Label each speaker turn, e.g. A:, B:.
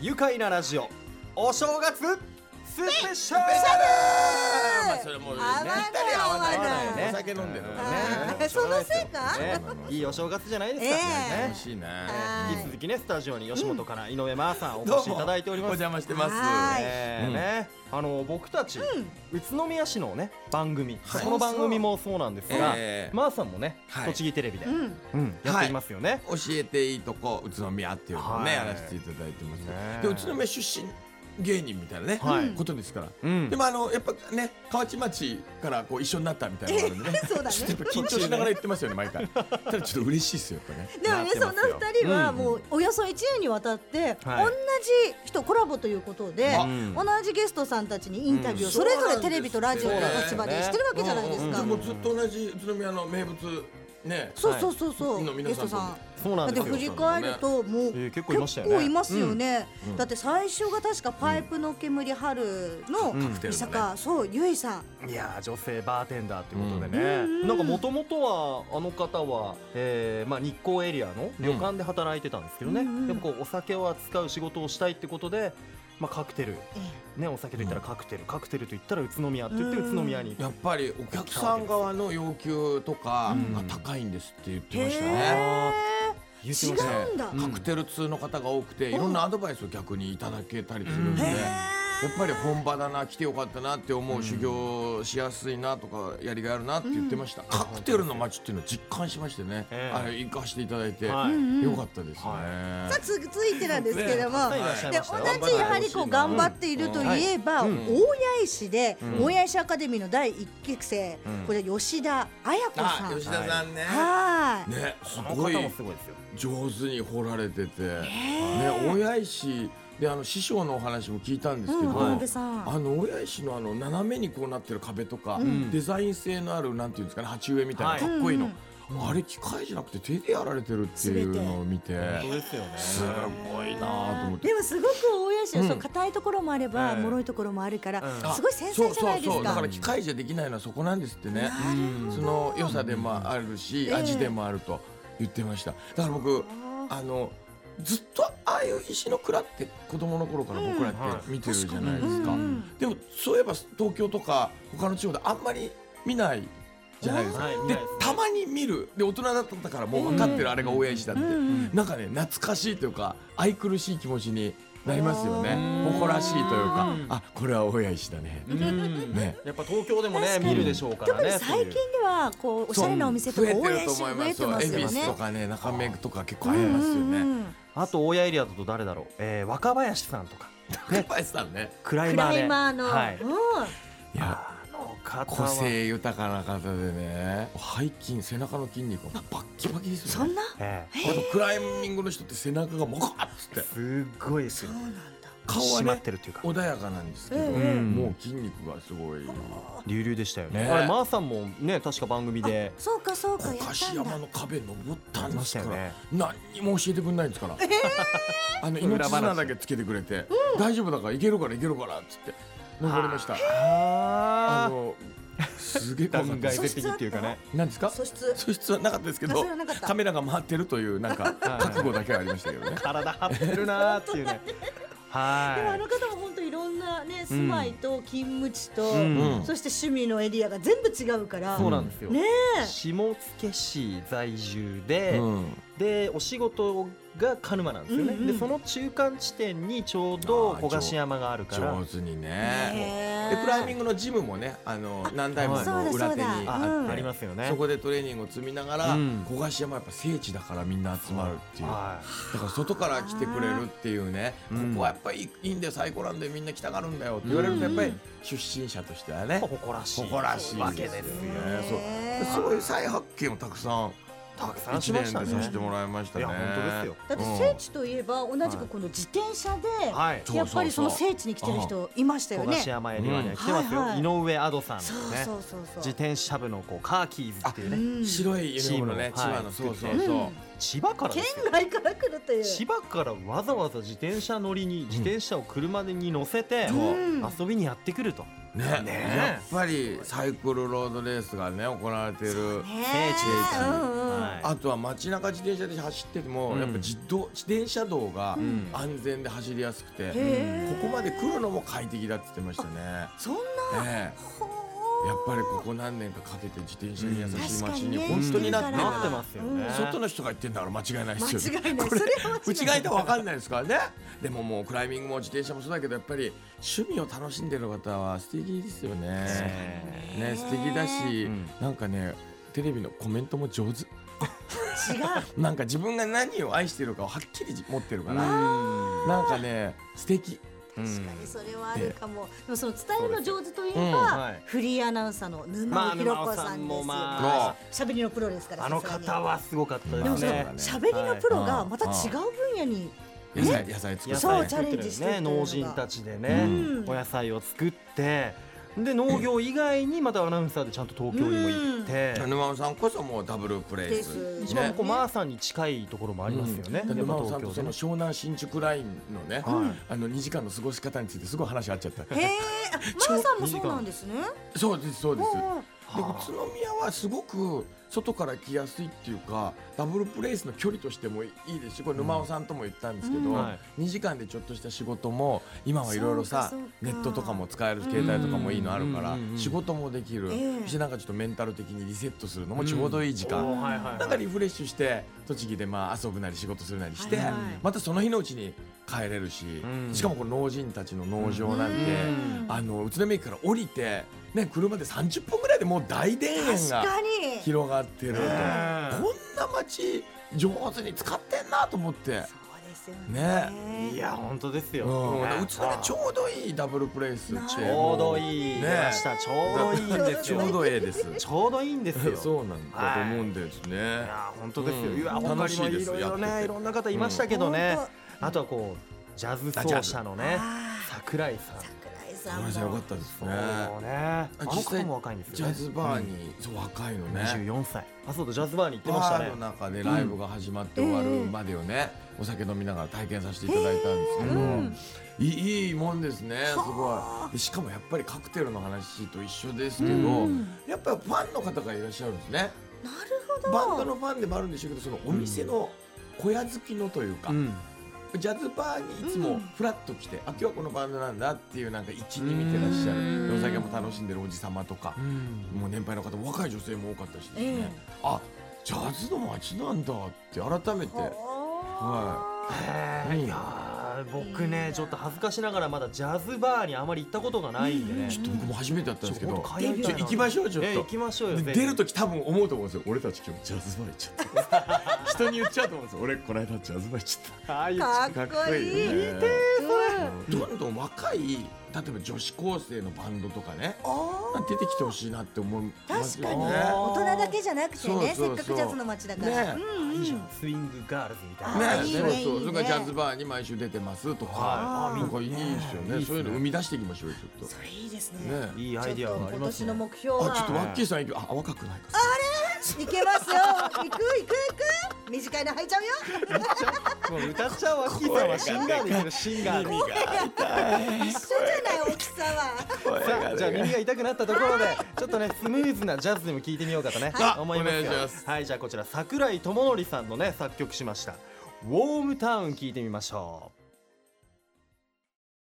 A: 愉快なラジオお正月スペシャル
B: まあそれもね
C: 合わない
B: 合わない
A: 合わないよね
B: お酒飲んでるから
C: あー
B: ね
C: そのせいか
A: ねいいお正月じゃないですか、
C: ええ
B: 楽
A: ね
B: しいね
C: はい
A: 引き続きねスタジオに吉本から井上真さんお
B: どうも
A: 越しいただいており
B: お
A: ます
B: 邪魔してます
C: は
A: えーねあの僕たち、宇都宮市のね番組、
B: はい
A: この番組もそうなんですが、
B: ええ
A: まーさんもね、
B: はい
A: 栃木テレビで、
C: うん
A: うんやっていますよね、
B: 教えていいとこ宇都宮っていうのを
A: は
B: ね
A: い
B: やらせていただいてます
A: ねえ
B: で宇都宮出身芸人みたいなね
A: はい
B: ことですから
A: うん
B: でもあのやっぱね河内町からこう一緒になったみたいなのがあるんでね
C: そうだね
B: ちょっとやっぱ緊張しながら言ってますよね 毎回ただちょっと嬉しいですよやっぱね
C: でもね、その二人はもうおよそ1年にわたって
A: はい
C: 同じ人コラボということで
B: あ
C: 同じゲストさんたちにインタビュー
B: う
C: を
B: ん
C: それぞれテレビとラジオの立
A: そ
C: 場
A: うなんだよね
C: でしてるわけじゃないです
B: で
C: か
B: もずっと同じ宇都宮の名物ね
C: そうそうそうそ
B: の
C: う
B: 皆
C: ゲス
B: さ
C: ト
B: んとも
C: さん
A: そうな
C: だ
A: ん
C: っ
A: で
C: て
A: すよ
C: 振り返る
A: え
C: ともう
A: ー結
C: 結
A: 構いましたよね
C: 構いますよね
B: うん
C: だって最初が確かパイプの煙春の
A: うん
B: カクテ
C: 三
B: ルのね
C: 坂そうゆいさん
A: いやー女性バーテンダーということでね、
C: うん
A: なんかもともとはあの方は、えーまあ、日光エリアの旅館で働いてたんですけどね、
C: うんうん
A: やっぱこうお酒を扱う仕事をしたいってことで、まあ、カクテル、ね、お酒といったらカクテル、カクテルといったら宇都宮って言って
C: うん
A: 宇都宮に、
B: やっぱりお客さん側の要求とか
A: うん
B: が高いんですって言って
C: へ
B: ましたね。
C: え
A: 言って
C: 違
A: ましたね
C: うんだ
B: カクテル通の方が多くていろんなアドバイスを逆にいただけたりするんで。
C: へ
B: やっぱり本場だな来てよかったなって思う修行しやすいなとかやりがいあるなって言ってました、カクテルの街っていうのを実感しましてね、
A: ええ
B: あれ行かせていただいて、
A: はい
B: よかったですね、
C: さあ続いてなんですけれども、
A: ねはい
C: で同じやはりこう頑張っているといえば、
A: うん
C: 大谷石で、大谷石アカデミーの第一期生、これ吉田彩子
B: あ
C: さん
B: 吉田さんね、
C: はい
B: ねす
A: この
B: ごい
A: 方もすごいですよ
B: 上手に掘られてて、ね親石であの師匠のお話も聞いたんですけど、
C: うん
A: 渡
C: 辺さん
B: あの親石のあの斜めにこうなってる壁とか、デザイン性のあるなんていうんですかね鉢植えみたいな、
A: はい
B: かっこいいの、あれ機械じゃなくて手でやられてるっていうのを見て
A: そうですよね
B: すごいなと思って
C: でもすごく大谷石はそう硬いところもあれば、脆いところもあるから、
A: うん
C: すごい繊細じゃないで
B: そ
C: す
B: うそうそうだか。
C: から
B: 機械じゃできないのはそこなんですってねその良さでもあるし、
C: え
B: 味でもあると言ってましただから僕あのずっとああいう石の蔵って子供の頃から僕らっ
A: うんはい
B: て見てるじゃないです
C: う
B: か
C: ん
B: でもそういえば東京とか他の地方であんまり見ないじゃないですか
A: はい見ない
B: で
A: ですね
B: たまに見るで大人だったからもう分かってるあれが親石だって
C: ん
B: なんかね懐かしいというか愛くるしい気持ちになりますよね誇らしいというかあこれは親石だね
A: うん
B: ね
A: やっぱ東京でもね見るでしょうから
C: 特に
A: ね
C: 最近ではこうおしゃれなお店とか
B: 増え
C: 大
B: てる
C: 谷
B: と
C: 石
B: 思い
C: 増
B: ま
C: え
B: す
C: て
B: よ
C: ま
B: 恵
C: すよ
B: 比寿と
C: ね。
B: かね中目とか結構ありますよね
A: あと大谷エリアだと誰だろう、えー、若林さんとか
B: 高林さんね
A: クライ
C: ク
A: マー
C: ラ
A: で
C: イマーの、
A: はい
C: うん、
B: いや
A: あの方は
B: 個性豊かな方でね背筋背中の筋肉がバッキバキです
C: そ
B: よ
C: ん
B: ね
C: な
A: ええ
B: あとクライミングの人って背中がモカッつって
A: すごいですよ
C: そうなんだ。
B: 顔は
A: 締まっ
B: ね
A: てるというか
B: 穏やかなんですけど
C: え
A: え
B: もう筋肉がすごい
A: 流々でしたよね
B: ね
A: あれマーさんもね確か番組で
C: そうかそうかや
B: 小
C: った
B: 菓子
C: んだ
B: 山。の壁登ったんですか
A: や
B: ら、
A: りま
B: 何にも教えてくれないんです から、あの命綱だけつけてくれて、大丈夫だからいけるからいけるからっつって登りましたあ
A: あ
B: のすげえ怖かっ
A: 断
B: たで
A: 崖
B: す
A: 絶壁っていうかね
B: 何ですか
C: 素質
B: 素質はなかったですけ
C: あそ
B: ど
C: れはなかった
B: カメラが回ってるというな んか覚悟だけはありましたけどね
A: 体張ってるなーっていうね
C: でもあ
A: は
C: の方も本当いろんなね住まいと勤務地と、
A: うん
C: そして趣味のエリアが全部違うから、
A: いそうなんですよ
C: ね
A: 下野市在住で
B: うん
A: でお仕事が鹿沼なんですよね
C: うんうん
A: でその中間地点にちょうど
B: あー
A: 小菓子山があるから
B: 上手に
C: え
B: ね
C: へ
B: で
C: ー
B: クライミングのジムもねあの何台もの裏手
C: そ
B: に
C: うだそうだ
B: あ
A: あ
B: って
A: ありますよね
B: そこでトレーニングを積みながら、
A: うん
B: 小菓子山やっぱ聖地だからみんな集まるっていう、
A: は
B: だから外から来てくれるっていうね、
A: うん
B: ここはやっぱいいいいんだよ最高なんでみんな来たがるんだよって言われるとやっぱり出身者としてはね、
A: い誇らしい
B: 誇らしい
A: わけです
B: よ
A: よ
B: ねそう
C: へー
B: そういう再発見をたくさん
A: たくさんしましたね
B: 一年でさせてもらいましたね
A: いや本当で
C: だって聖地といえば同じくこの自転車で、
A: はい
B: そう
C: やっぱりその聖地に来てる人いましたよ
A: 小
C: ね。
A: 菓子山エリアには来てますよ、
C: うんはい
A: 井上アドさんで
C: そ
A: す
C: う
A: ね
C: そうそうそう。
A: 自転車部のこうカーキーズっていうね
C: うん
B: 白いユニフォームのね、
A: チームの
B: 千葉の、
A: はい
B: そうそうそう、
C: うん
A: 千葉からで
C: 県
A: すよ
C: 外から来るという。
A: 千葉からわざわざ自転車乗りに自転車を車に乗せて
C: うん
A: 遊びにやってくると
B: ね
A: ね
B: やっぱりサイクルロードレースがね行われている、
C: ね
A: 聖地です
C: うんうん
A: はい
B: あとは街中自転車で走ってても、
A: うん
B: やっぱ自動自転車道が
A: ん
B: 安全で走りやすくて、こ
C: へー
B: こまで来るのも快適だって言ってましたね。
C: そんな。
B: ええ
C: ほー
B: やっぱりここ何年かかけて自転車に優しい街に
C: うん
B: 本当になっ
A: 確かに
B: てる、
A: ねなってますよね
B: 外の人が言ってんだから間違いないですよね。
C: 間違いない
B: これ
C: それは間違いない
B: 打ち替えたら分かんないですからね。でももうクライミングも自転車もそうだけどやっぱり趣味を楽しんでる方は素敵ですよね。
A: ね
B: ね素敵だし、
A: うん
B: なんかねテレビのコメントも上手。
C: 違う。
B: なんか自分が何を愛してるかをはっきり持ってるか
A: う
B: ら、
A: ん
B: なんかね素敵。
C: 確かにそれはあるかも、でもその伝えるの上手といえば、
B: うん
A: はい
C: フリーアナウンサーの
A: ま
C: 沼
A: あ
C: 尾ひろ子さ
A: 沼尾さ
C: ん
A: ん
C: ですよ、
A: もまあ
B: の
C: 喋りのプロですから
A: あの
C: さすがに
A: 方はすごかった
B: で
A: で
B: も
A: す
B: そうだ
A: ね
B: ね
C: 喋りのプロがまた違う分野に、
B: 野菜野菜作
A: 野
B: っ
C: そ
A: 菜
C: う
B: て
C: チ
A: 作
C: ャ
A: って
C: レン
A: る
C: ジしてるとい
A: ね
C: うのが
A: 農人たちでね
C: うん
A: お野菜を作ってで農業以外にまたアナウンサーでちゃんと東京にも行って
B: 沼尾さんこそもうダブルプレイス
C: です
A: 一
C: ね
A: 番こうマーさんに近いところもありますよね
B: うん
A: やっぱ
B: 沼尾さんと
A: 東京で
B: その
A: ね
B: 湘南新宿ラインのね、
A: はい
B: あの2時間の過ごし方についてすごい話合っちゃった
C: へえあママさんもそうなんですね
B: そうですそうですで
C: うんうん
B: 宇
A: はあ
B: 都宮はすごく外から来やすいっていうかダブルプレイスの距離としてもいいですしこれ沼尾さんとも言ったんですけど、
C: うん
A: はい
B: 2時間でちょっとした仕事も今はいろいろさ
C: そうかそう
B: ネ
C: か
B: ットとかも使える携帯とかもいいのあるから
A: うんうんうんうん
B: 仕事もできる、
C: ええ
B: そしてなんかちょっとメンタル的にリセットするのもちょうどいい時間、
A: おーはいはいはい
B: なんかリフレッシュして栃木でまあ遊ぶなり仕事するなりして、
C: はいはい
B: またその日のうちに帰れるし、
A: うん
B: しかもこの農人たちの農場なんて、
C: うん
B: あの宇都宮駅から降りて、ね、車で30分ぐらいでもう大田園
C: 確
B: が
C: かにそう
B: 広がってると、
A: ね
B: こんな街上手に使ってんなと思って。
C: ですよね
B: ね
A: いや本当です
B: う
A: よ
B: ん、
A: ね
B: 宇都宮ちょうどいいダブルプレイスって
C: なるほ
A: ちょうどいい
B: ね
A: 出ましたちょうどいいんです
B: ちょ
A: よ
B: うどええです
A: ちょうどいいん ですよ
B: そうなんだと思うんですね、
A: いや本当ですよ、
B: うん
A: いや他
B: 楽
A: に
B: し
A: も
B: いで
A: い
B: す
A: ろいろ
B: やって
A: ね
B: て
A: いろんな方いましたけどね、あとはこうジャズ奏者のね
C: あー
A: 桜井さん
C: 桜井
B: ご
C: さ
B: めん
C: ん
B: なさいよか
C: も
B: ったです
A: そう
B: ね
A: ねあの方も若いんです
B: ジ
A: よね
B: ャズバーに、そう若いのね
A: 24歳あそうだジャズバーに行ってました
B: バ
A: ね
B: ーの中でライブが始まって終わるまでをね、お酒飲みながら体験させていただいたんですけど、いいいいもんですねすごいでしかもやっぱりカクテルの話と一緒ですけど、
C: うん
B: やっぱりファンの方がいらっしゃるんですね
C: なるほど
B: バンドのファンでもあるんでしょうけどそのお店の小屋好きのというか、
A: うん
B: ジャズバーにいつ
C: う
B: も
C: ん
B: フラッと来て、あ今日はこのバンドなんだっていうなんか一に見てらっしゃ
C: う
B: る
C: ん
B: お酒も楽しんでるおじ様とか、もう年配の方若い女性も多かったしですね、
C: ええ
B: あジャズの街なんだって改めて
C: は
A: へーいやー僕ねちょっと恥ずかしながらまだジャズバーにあまり行ったことがないんでね
B: ちょっと僕も初めてだったんですけど、
A: ちょっと通いたいな
B: ちょ行きましょうちょっと
A: えー行きましょうよ
B: で
A: ぜひ
B: 出る時多分思うと思うんですよ俺たち今日ジャズバー行っちゃった人に言っちゃうと思うんですよ俺この間ジャズバー行っちゃっ
A: ああいう
C: か
B: た
C: っこいい
B: よね
C: うん
B: どんどん若い例えば女子高生のバンドとかね
C: あー
B: 出てきてほしいなって思います
C: 確か
B: よ
C: に
B: ね
A: あー
C: 大人だけじゃなくて
B: そう
C: ね
B: そう
C: せ
B: そ
C: っかく
B: う
C: ジャズの街だから、
B: ね
C: うんうん
A: いいじゃんスイングガールズみたい
C: あ
A: な
C: ー
B: ね
C: いいね
B: そう
C: いい
B: そ
C: ね
B: うそれからジャズバーに毎週出てますとか
A: は
B: ないんかいいですよ
A: いい
B: ね
A: です
B: そう
A: ね
B: いうの生み出していきましょうよちょっ
C: それいいですね
B: とね
A: いいアイディアがあります
C: ちょっと今年の
A: ね
C: 目標
B: あちょっとワ
C: は
B: ッキーさん行くあ若くないか
C: いけますよ行く行く行く 短いの履いちゃう
A: も
C: よ
A: う歌っちゃうわキーさんはシンガーですよシンガー
C: 一 緒じゃない大きさは
A: さあじゃあ耳が痛くなったところでちょっとねスムーズなジャズでも聞いてみようかとね
B: はい
A: 思いますよ
B: お願いします
A: はいじゃあこちら桜井智則さんのね作曲しました「ウォームタウン」聞いてみましょう